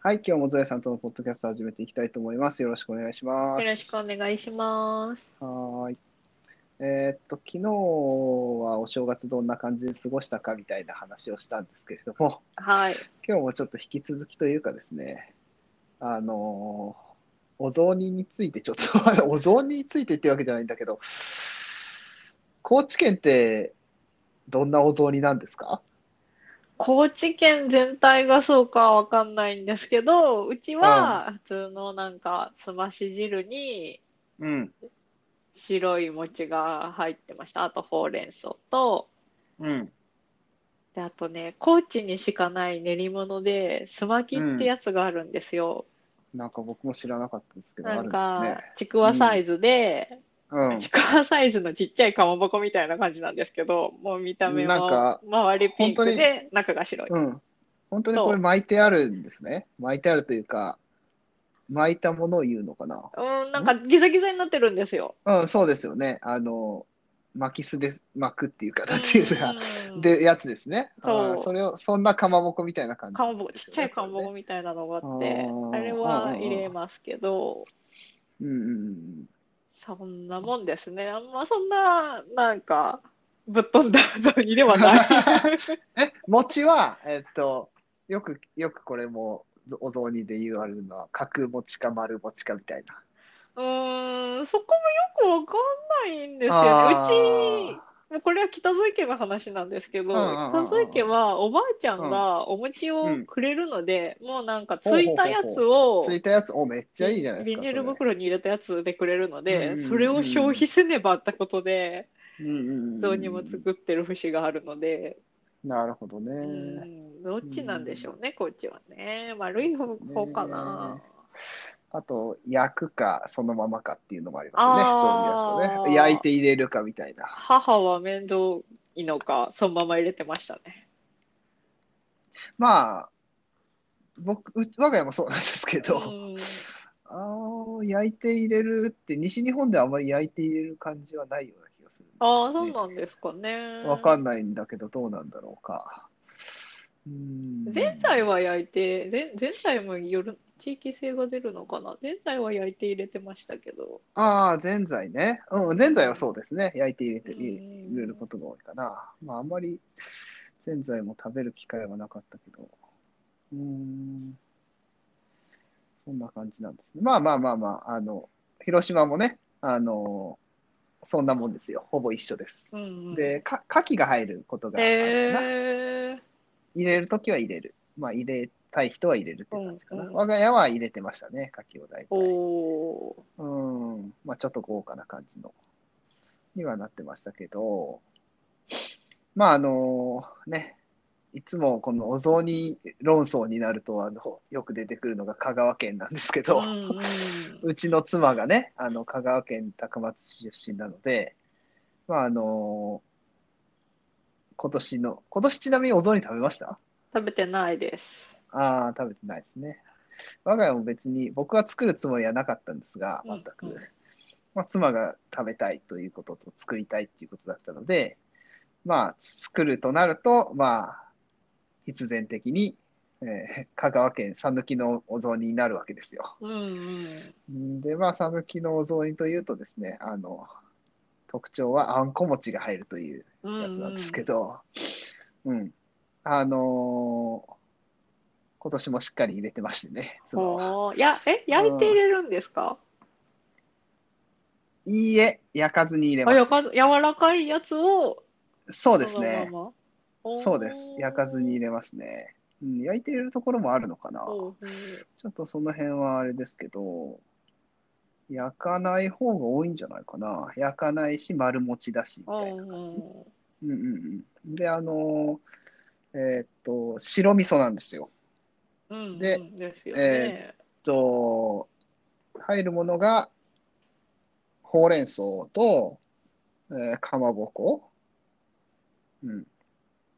はい、今日もゾエさんとのポッドキャストを始めていきたいと思います。よろしくお願いしまよす。ろしくお願いします。はーい。えーっと、昨日はお正月どんな感じで過ごしたかみたいな話をしたんですけれども、 はい。今日もちょっと引き続きというかですね、あのーお雑煮についてちょっと、 お雑煮についてってわけじゃないんだけど、高知県ってどんなお雑煮なんですか高知県全体がそうかはわかんないんですけど、うちは普通のなんかすまし汁にうん、白い餅が入ってました。あとほうれん草と、うん。で、あとね、高知にしかない練り物で、すまきってやつがあるんですよ。なんか僕も知らなかったですけど、なんあるんかで、ちくわサイズで、すちね。くわサイズのちっちゃいかまぼこみたいな感じなんですけど、もう見た目なんもか周りピンクで中が白い。うん、うん。本当にこれ巻いてあるんですね。巻いてあるというか、巻いたものを言うのかな。うん、なんかギザギザになってるんですよ。うん、そうですよね。あの、巻きすで巻くっていうか、なんていうか、うんで、やつですね。そうあーそれを、そんなかまぼこみたいな感じかまぼこ、ですちよねっちゃいかまぼこみたいなのがあって、こあれねれうんはうんうん入れますけど、うんうんそんなもんですね。あんまそんな、なんか、ぶっ飛んだ雑煮ではない。うん。 え、餅は、えっと、よく、よくこれも、お雑煮で言われるのは、角餅か丸餅かみたいな。うーん、そこもよくわかんないんですあよーね。うち、もうこれは北添家の話なんですけど、うんうんうんうん北添家はおばあちゃんがお餅をくれるので、もうなんかついたやつを、ついたやつ、お、めっちゃいいじゃないでビすか。ニールそれ袋に入れたやつでくれるのうんうんうで、んそれを消費せねばってことで、うんうんうん雑煮も作ってる節があるので、なるほどね。うん、どっちなんでしょうね、こっちはね。丸い方かな。あと、焼くか、そのままかっていうのもありあますーね。そういうやつね焼いて入れるかみたいな。母は面倒いのか、そのまま入れてましたね。まあ、僕、う我が家もそうなんですけど、うんあー焼いて入れるって、西日本ではあまり焼いて入れる感じはないような気がするんですああ、よそうねなんですかね。わかんないんだけど、どうなんだろうか。うーん。ぜんざいは焼いて、ぜんぜんざいもよる、地域性が出るのかな。ぜんざいは焼いて入れてましたけど。ああ、ぜんざいね。うん、ぜんざいはそうですね。焼いて入れて、う入れん入れることが多いかな。まあ、あんまりぜんざいも食べる機会はなかったけど。うーん。そんな感じなんですね。まあまあまあまあ、あの、広島もね、あの、そんなもんですよ。ほぼ一緒です。うんうんで、か、牡蠣が入ることがあるかな。へえ。入れるときは入れる。まあ、入れたい人は入れるって感じかな。うんうん我が家は入れてましたね、牡蠣を大体。おー。うん、まあちょっと豪華な感じのにはなってましたけど、まああのね、いつもこのお雑煮論争になるとあのよく出てくるのが香川県なんですけど、うんうんうちの妻がね、あの香川県高松市出身なので、まああの今年の、今年ちなみにお雑煮食べました食べてないです。ああ、食べてないですね。我が家も別に僕は作るつもりはなかったんですが、う全んく。うんまあ、妻が食べたいということと作りたいということだったので、まあ、作るとなると、まあ、必然的に、えー香川県讃岐のお雑煮になるわけですよ。うんうん。んで、まあ、讃岐のお雑煮というとですね、あの、特徴はあんこ餅が入るといううんやつなんですけど、うん、あのー今年もしっかり入れてましてね、妻は。ほーいや、え、焼いて入れるんですかいいえ、焼かずに入れあ、ま焼かず、柔らかいやつを、す。そうそですね。のままおーそうです。焼かずに入れますね。うん、焼いて入れるところもあるのかな。うんうんちょっとその辺はあれですけど、焼かない方が多いんじゃないかな。焼かないし、丸持ちだし、みたいなうんう感じ。んうんうんうん。で、あのーえーっと、白味噌なんですよ。うんでうんですよね。えっと、入るものが、ほうれん草と、えーかまぼこ、うん、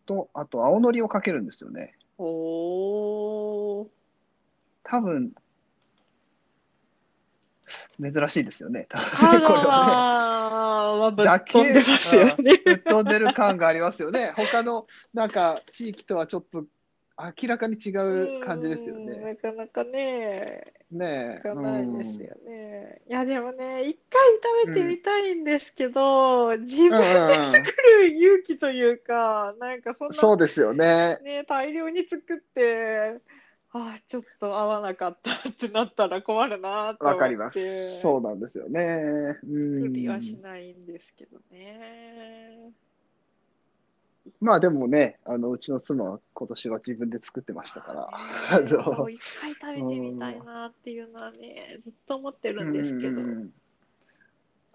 と、あと、青のりをかけるんですよね。おー。多分、珍しいですよね。多香分 ねこれは川はぶっ飛んで ますよね。ね。ぶっ飛んでる感がありますよね。他の、なんか、地域とはちょっと明らかに違う感じですようんね。なかなかね、ねえ。聞かないですうんよね。いや、でもね、一回食べてみたいんですけど、自分で作る勇気というか、なんかそんなそうですよね。ね、大量に作って、ああ、ちょっと合わなかったってなったら困るなと思って、わかります。そうなんですよね。う作りはしん。ないんですけどね。まあでもね、あの、うちの妻は今年は自分で作ってましたから。あねあのそう一回食べてみたいなっていうのはね、ずっと思ってるんですけど。うん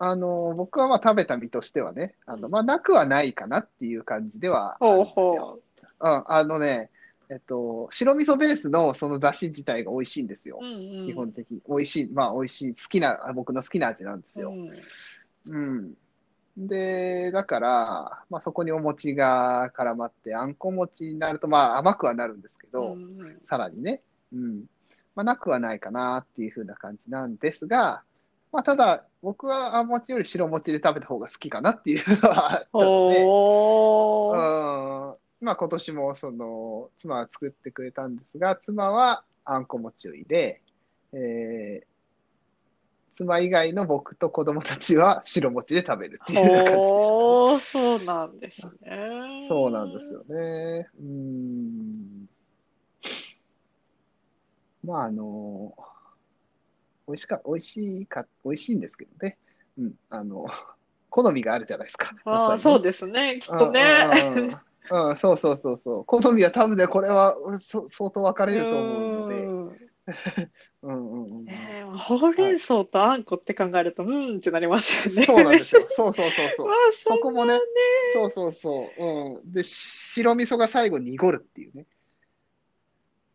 あの、僕はまあ食べた身としてはね、あうの、んまあなくはないかなっていう感じではあるんほうですよ。ほうん、あのね、えっと、白味噌ベースのその出汁自体が美味しいんですよう。。うんうん。基本的に。美味しい、まあ美味しい、好きな、あ僕の好きな味なんですうよ。んうん。で、だから、まあそこにお餅が絡まって、あんこ餅になると、まあ甘くはなるんですけど、うんうんさらにね。うん。まあなくはないかなっていう風な感じなんですが、まあただ、僕はあん餅より白餅で食べた方が好きかなっていうのはあったので、おー。うんまあ今年もその妻は作ってくれたんですが、妻はあんこ餅を入れ、えー妻以外の僕と子供たちは白餅で食べる っていう感じでしおー、そうなんですたね。ね。そうなんです。よね。うん。まああの、美味しか、美味しいか、美味しいんですけどね。うん、あの、好みがあるじゃないですか。やっあぱあ、りねそうですね。きっとね。うんうんうんうん、そうそうそうそう。好みは多分ね、これはうんそ相当分かれると思うので。うんうんうんうんねえほうれん草とあんこって考えると、うんってなりますよね。そうなん ですよ。そうそうそうそまうあ。、そそここももねね。、そうそうそう。うん、で、白味噌が最後濁るっていうね。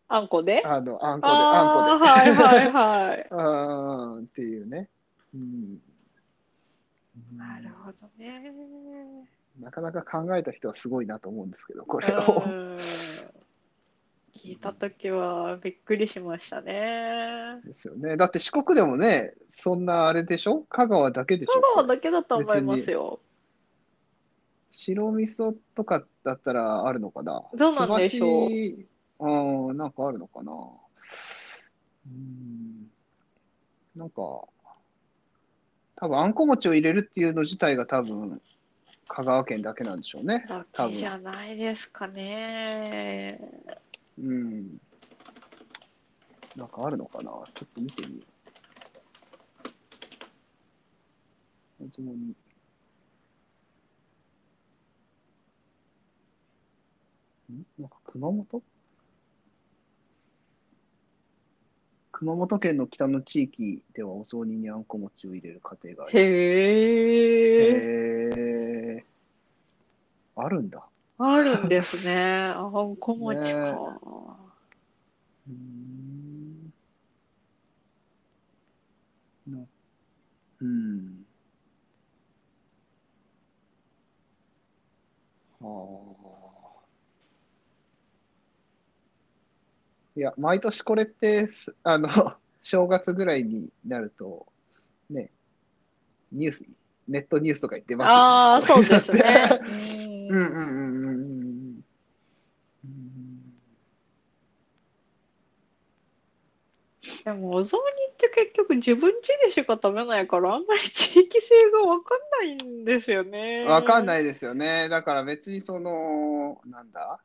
あんこであの、あんこで、ああんあこで。ー、はいはい はい。うん、っていうね。うん。なるほどね。なかなか考えた人はすごいなと思うんですけど、こうれを。ん聞いたときはびっくりしましたね。ですよね。だって四国でもね、そんなあれでしょ香川だけでしょ香川だけだと思いますよ。白味噌とかだったらあるのかなどうなんでしょすばうしうん、なんかあるのかなうん。なんか、多分あんこ餅を入れるっていうの自体が多分、香川県だけなんでしょうね。だ多け分じゃないですかね。うん。なんかあるのかなちょっと見てみよう。おつもに。んなんか熊本熊本県の北の地域ではお雑煮にあんこ餅を入れる家庭がありへえ、へえあるんだ。あるんですね。 あんこ餅か。ねうーんなうん。はあ。いや、毎年これってす、あの、 正月ぐらいになると、ね、ニュース、ネットニュースとか言ってますよねああ、そうですね。 うんうんうんうんうんうんうん。でもお雑煮って結局自分家でしか食べないからあんまり地域性がわかんないんですよね。。わかんないいですよね。だから別にその、なんだ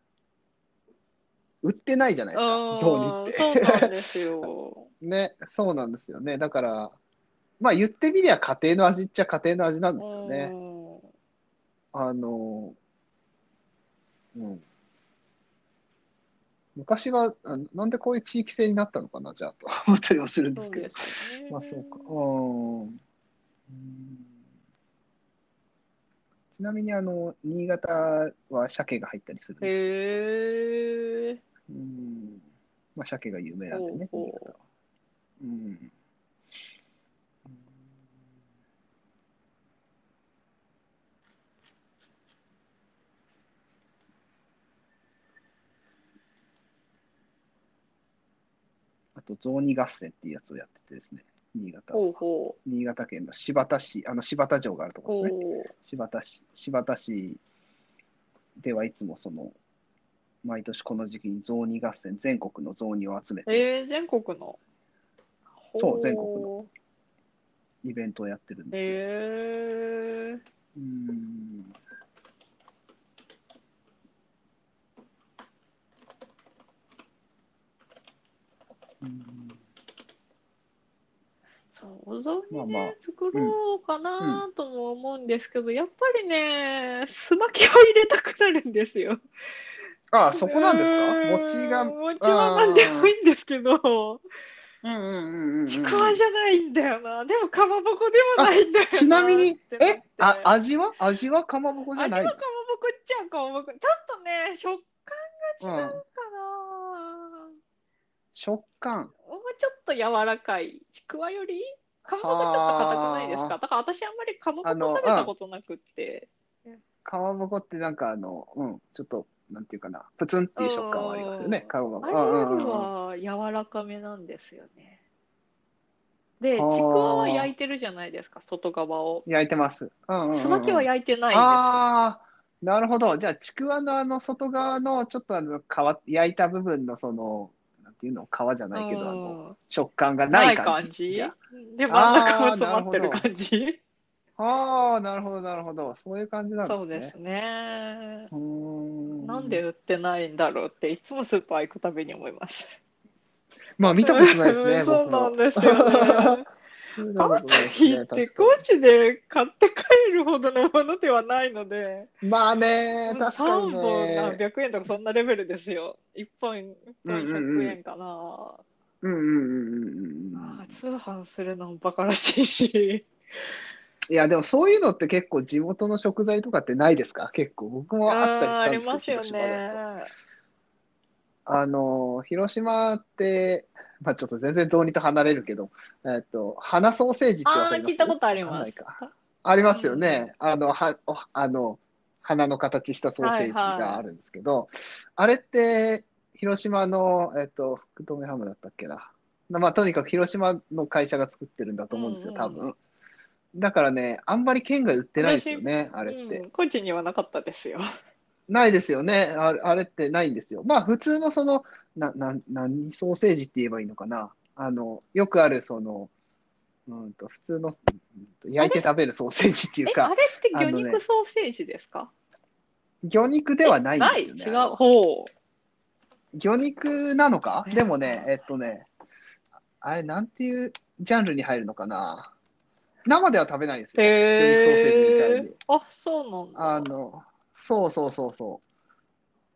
売ってないじゃないですか、雑煮って。そうなんで すよ。ね、そうなんですよね。だから、まあ言ってみりゃ家庭の味っちゃ家庭の味なんですよね。あの、うん。昔は、あなんでこういう地域性になったのかな、じゃあ、と思ったりもするうんんでそすけうどで。すよね。まあそうか。うん。うんちなみにあの、新潟は鮭が入ったりするんです。へえ。うん。まあ鮭が有名なんでね、ほうほう新潟は。うん。あと、雑煮合戦っていうやつをやっててですね、新潟は。ほうほう。新潟県の新発田市、あの新発田城があるところほですね。う。新発田市、新発田市ではいつもその毎年この時期に雑煮合戦、全国の雑煮を集めてえー、全国の。そうほう全国の。イベントをやってるんですけど、えー、うーんうーんそう、お雑煮まあまあね、作ろうかなとも思うんですけど、やっぱりね、すまきを入れたくなるんですよ。ああ、そこなんですかうーん餅が。うん餅は何でもいいんですけど、うんうんうんうん。ちくわじゃないんだよな。でも、かまぼこでもないんだよな。ちなみにっ、てなっえて、あ、味は味はかまぼこじゃ味なはいかのまぼこっちゃかまぼこ。ちょっとね、食感が違うかな。食感。もうちょっと柔らかい。ちくわよりかまぼこちょっと硬くないですはかだから私あんまりかまぼこあの食べたことなくって。かまぼこってなんかあの、うん、ちょっと、なんていうかな、プツンっていう食感はありますよね、うんかまぼこ。あれうんうんうんは柔らかめなんですよね。で、ちくはあわは焼いてるじゃないですか、外側を。焼いてます。うんうんうんうんすまきは焼いてないんですよ。ああ、なるほど。じゃあ、ちくわのあの外側のちょっとあの皮、焼いた部分のその、なんていうの、皮じゃないけど、あの、うん食感がなないい感感じ。じじゃで、真ん中もあー詰まってるなるほど感じああー、なるほど、なるほど。そういう感じなんでそすうでねす。ね。うーん。なんで売ってないんだろうって、いつもスーパー行くたびに思います。まあ、見たことないですね、 そう僕なもんで すよね。見たかこまととないですいねって、確かに高知で買って帰るほどのものではないので、まあね、確かに3本何ね。百円とかそんなレベルですよ。1本、1本100円かな。うんうんうんうんうんうん。あー通販するのもバカらしいし。いや、でもそういうのって結構地元の食材とかってないですか結構僕もあったりしたんあーあでりすよ、ますよ広島だと。ね。あの、広島って、まあちょっと全然雑煮と離れるけど、えっと、花ソーセージってわあかありー、ます聞いたことありわかんなますい。かありますよね。あの、は、おあの、花の形したソーセージがあるんですけど、あれって、広島の、えっと、福留ハムだったっけな。まあ、とにかく広島の会社が作ってるんだと思うんですよ、うんうん多分。だからね、あんまり県外売ってないですよね、あれってう。ん、高知にはなかったですよ。ないですよね。あれ、あれってないんですよ。まあ普通のその、な、な、何ソーセージって言えばいいのかな。あの、よくあるその、うんと、普通の、うんと焼いて食べるソーセージっていえう、あか、れってあの魚ね肉ソーセージですか魚肉ではないんでなすいよね。違う。ほう。魚肉なのかえでもね、えっとね、あれ、なんていうジャンルに入るのかな。生では食べないですよ。魚肉ソーセージみたいに。あ、そうなあんだ。の、そうそうそうそ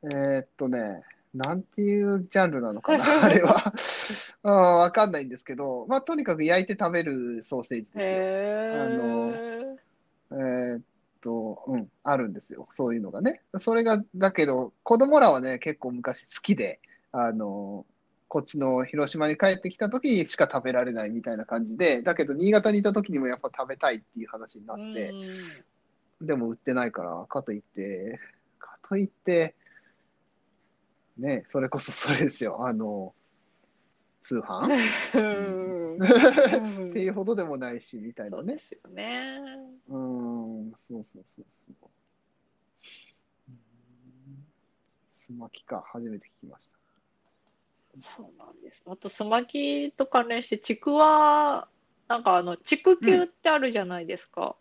う。えーっとね、なんていうジャンルなのか な、あれは。 うん、わかんないんですけど、まあ、とにかく焼いて食べるソーセージですよ。へえ。あのえーっと、うん、あるんですよ。そういうのがね。それが、だけど、子供らはね、結構昔好きで、あの、こっちの広島に帰ってきた時しか食べられないみたいな感じで、だけど、新潟にいた時にもやっぱ食べたいっていう話になって、うんでも売ってないから、かといって、かといって、ね、それこそそれですよ、あの、通販うんっていうほどでもないし、みたいそなうねで。すよね。うーん、そうそうそうそう。うんすまきか、初めて聞きました。そうなんです。あと、すまきと関連して、ちくわ、なんかあの、畜球ってあるじゃないですか。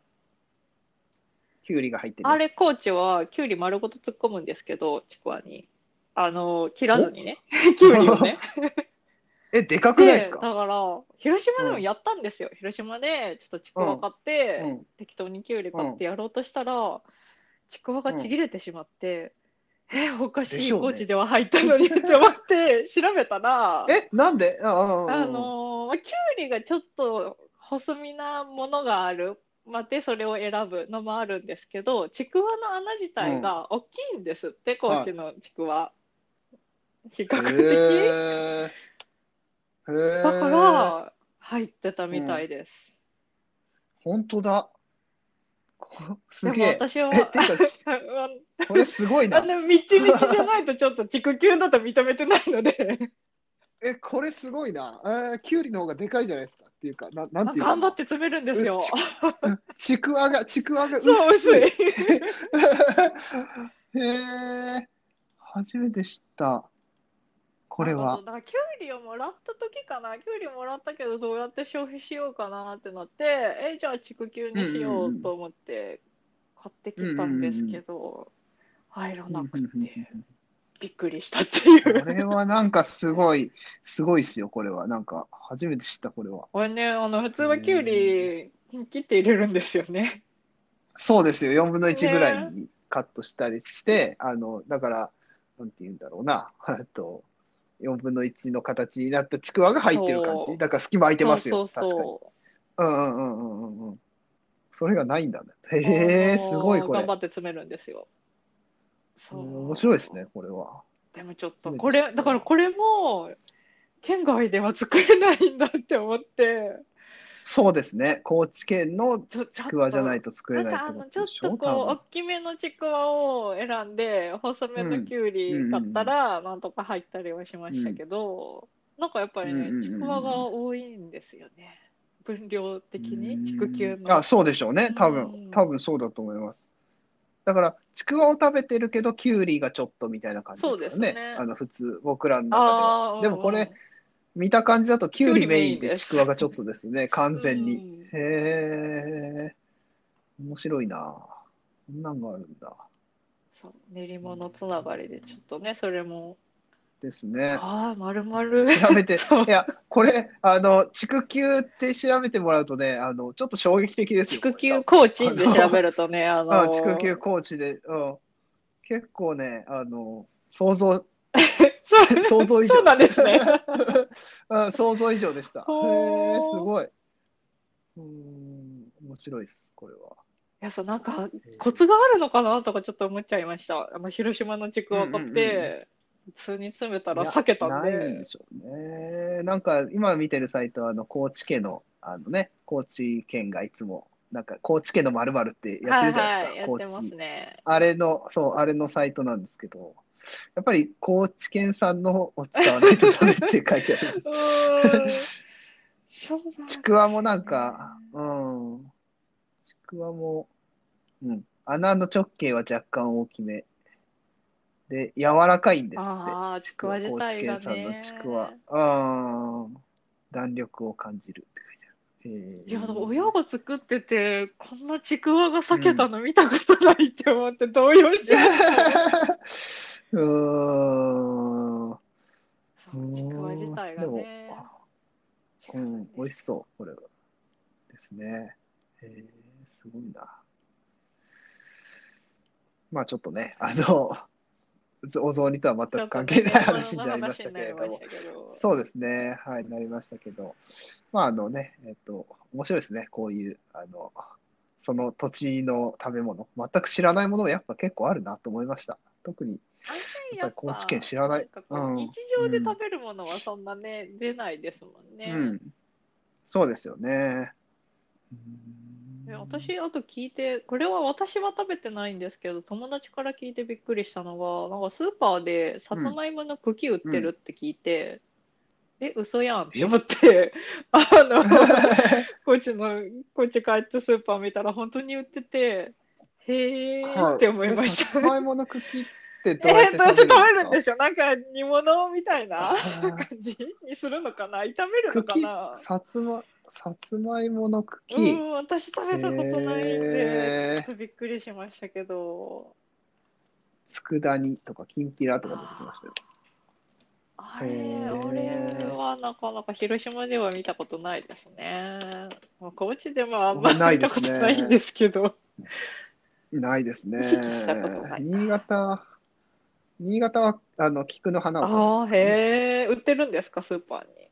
きゅうりが入ってる。あれ、高知は、きゅうり丸ごと突っ込むんですけど、ちくわに。あの、切らずにね。きゅうりをね。え、でかくないで、ですだかから、広島でもやったんですよ。広島で、ちょっとちくわ買って、うん。適当にキュウリ買ってやろうとしたら、ちくわがちぎれてしまって、えおかしでいしょうね高知では入ったのにって 思って調べたらえ、なんでああ、ああのー、キュウリがちょっと細身なものがあるまでそれを選ぶのもあるんですけどちくわの穴自体が大きいんですって、高知のちくわ比較的、へーへだかーら入ってたみたいです、本当だ。こすでげもえ。私は え、ていうか、これすごいあ な。の、みちみちじゃないとちょっと畜球だと認めてないので、え、これすごいな。えー、キュウリの方がでかいじゃないですか。っていうか、ななんていうか頑張って詰めるんですうよ。ちくわ が、ちくわがそう、薄 薄い。い。へえ。初めて知った。これなんかそはう。だからキュウリをもらった時かなキュウリもらったけどどうやって消費しようかなってなってえじゃあ畜休にしようと思って買ってきたんですけど入らなくうんうんうんてびっくりしたっていこうれはなんかすごい、すごいっすよ、これは。なんか、初めて知った、これは。これねあの普通はキュウリ切って入れるんですよねそうですよ、4分の1ぐらいにカットしたりして、あの、だから、なんて言うんだろうな、えっと、4分の1の形になったちくわが入ってる感そうじ。だから隙間空いてますよ、そうそうそう確かに。うんうんうんうんうん。それがないんだね。へえ、すごいこれ頑。張って詰めるんですよそう面白いですね、これは。でもちょっそとうですこれだからこれも県外では作れないんだって思ってそうですね、高知県のちょちちくわじゃないとと作れないなんかあってのこちょとっでしとょ、こう大きめのちくわを選んで細めのきゅうりだったらなんとか入ったりはしましたけど、なんかやっぱりうんうんうんうねんちくわが多いんですよね分量的にちくきゅううんのあ、そうでしょうね。多うん分、多分そうだと思います。だから、ちくわを食べてるけど、きゅうりがちょっとみたいな感じですかそうですね。ねあの、普通、僕らの中では。あーでもこれうんうん見た感じだと、きゅうりメインきゅうりメインでで、すちくわがちょっとです ね、完全に。うんへえ、面白いな。こんなんがあるんだ。そう練り物つながりでちょっとねそれもですね。ああまるまる調べてそう、いや、これ、あの、畜球って調べてもらうとね、あの、ちょっと衝撃的ですよ。 地これ球コーチで調べるとね、あのあ地球コーチで、うん、結構ね、あの、想 像、そう想像以上そうなんですね。 うん想像以上でした。へえ、すほーごい。うーん、面白いです、これは。いや、そう、なんか、コツがあるのかなとかちょっと思っちゃいました。あの、広島のちくわ買っうんうんて、普通に詰めたらいや避けたんで。ないんでしょうね。なんか、今見てるサイトは、あの、高知家の、あのね、高知県がいつも、なんか、高知家のまるってやってるじゃないですか、はいはい、やって高ま知すね。あれの、そう、あれのサイトなんですけど、やっぱり高知県産のを使わないとダメって書いてあ る。うーん。そうなんだちくわもなんか、うん。ちくわも、うん。穴の直径は若干大きめ。で、柔らかいんですって。あーちくわ自体高がね知県産のちくわ。うん。弾力を感じるって書いてある。へーいや、でも親が作ってて、こんなちくわが避けたの見たことないって思って動揺し ちゃう。うーん。そう、ちくわ自体がでもね。違ううんん、美味ししそう、これは。ですね。えー、すごいな。まあちょっとね、あの、お雑煮とは全く関係ない話になりましたけれども。そそうですね、はい、なりましたけど、まああのね、えっと、面白いですね、こういう、あの、その土地の食べ物、全く知らないものがやっぱ結構あるなと思いました。特に、う。やっぱり高知県知らないんかこううん日常で食べるものはそんなね、出ないですもんね。うん、そうですよね。うーんで私、あと聞いて、これは私は食べてないんですけど、友達から聞いてびっくりしたのが、なんかスーパーでさつまいもの茎売ってるって聞いて、え、嘘やんって思って、 あの、高知の、高知帰ってスーパー見たら本当に売ってて、へはーって思いました。えさつまいもの茎ってどうやっえてー、どうやって食べるんでですしょうなんか煮物みたいなか感じにするのかな炒めるのか茎なさつま、さつまいもの茎。うん、私食べたことないんへでー、ちょっとびっくりしましたけど、佃煮とか、きんぴらとか出てきましたよ。あれ、へー俺はなかなか広島では見たことないですね。まあ、高知でもあんま僕ない見でたすこねとないんですけど。ないですね意識したことな。い新潟、新潟は、あの、菊の花あをあ食べますー、ねへえ、売ってるんですか、スーパーに。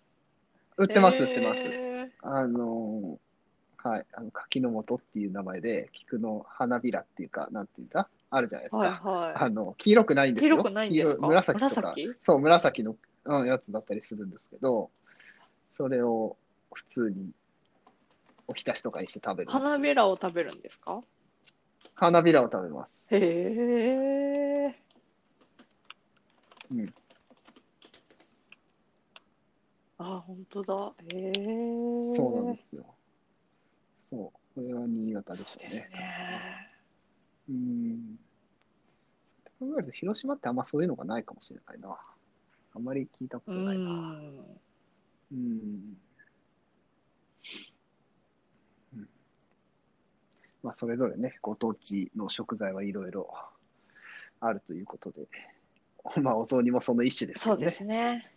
売ってます、へ売ってます。ーあのーはい、あの柿の素っていう名前で、菊の花びらっていうか、なんていうんだ、あるじゃないですはいか。はあの黄色くないんい。ですよ。広くないんです黄か色紫とか、紫そう、紫の、うん、やつだったりするんですけど、それを普通におひたしとかにして食べるんです花びらを食べるんですか花びらを食べます。へえ。うん。あ、本当だ。へえ。。そうなんですすよ。そう、これは新潟でそうしたでね。すね。うん。考えると、広島ってあんまそういうのがないかもしれないな。あんまり聞いたことうないな。ん。うんうんまあ、それぞれね、ご当地の食材はいろいろあるということで、 まあ、お雑煮もその一種ですそようでね。すね。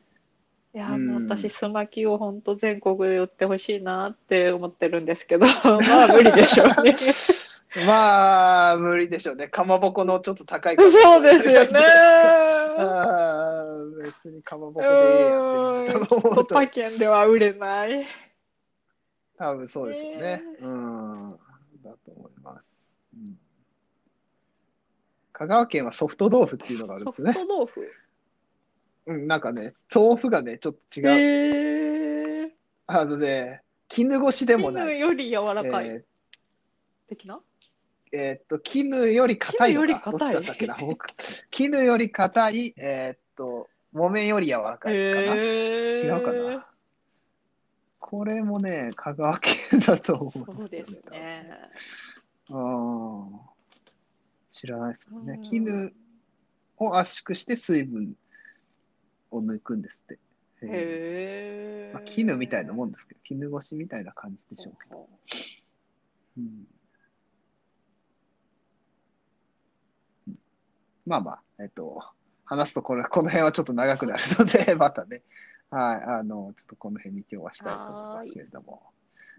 いや、うんもう私、スマキを本当全国で売ってほしいなって思ってるんで すけど、まあ無理でしょうね。まあ、無理でしょうね。かまぼこのちょっと高い。そうですよね。 あー別にかまぼこうでやってるんだと ん。思う突と、破圏では売れない。多分そうでしょうねね。うん。だと思います。うん香川県はソフト豆腐っていうのがあるんソですよフね。ト豆腐。うん、なんかね、豆腐がね、ちょっと違う。へえ。あのね、絹ごしでもな絹い。より柔えらかいー的なえーっと、絹より硬いの絹よりか。どっ硬ちいだったっけな。僕絹より硬い、えーっと、木綿より柔らかいかな。へ違うかな。これもね、香川県だと思そううんでですすよね。ね。多分ね。あー知らないですもんうねん。絹を圧縮して水分を抜くんですって。えーへえ。まあ、絹みたいなもんですけど、絹ごしみたいな感じでしょうけど。そううんまあまあ、えっと、話すとこれ、この辺はちょっと長くなるので、 またね、はい、あの、ちょっとこの辺に今日はしたいと思いますけれども。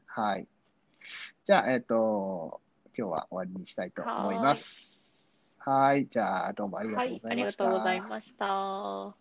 はい。じゃあ、えっと、今日は終わりにしたいと思います。はい。じゃあ、どうもありがとうござはいい、ありまがした。とうございました。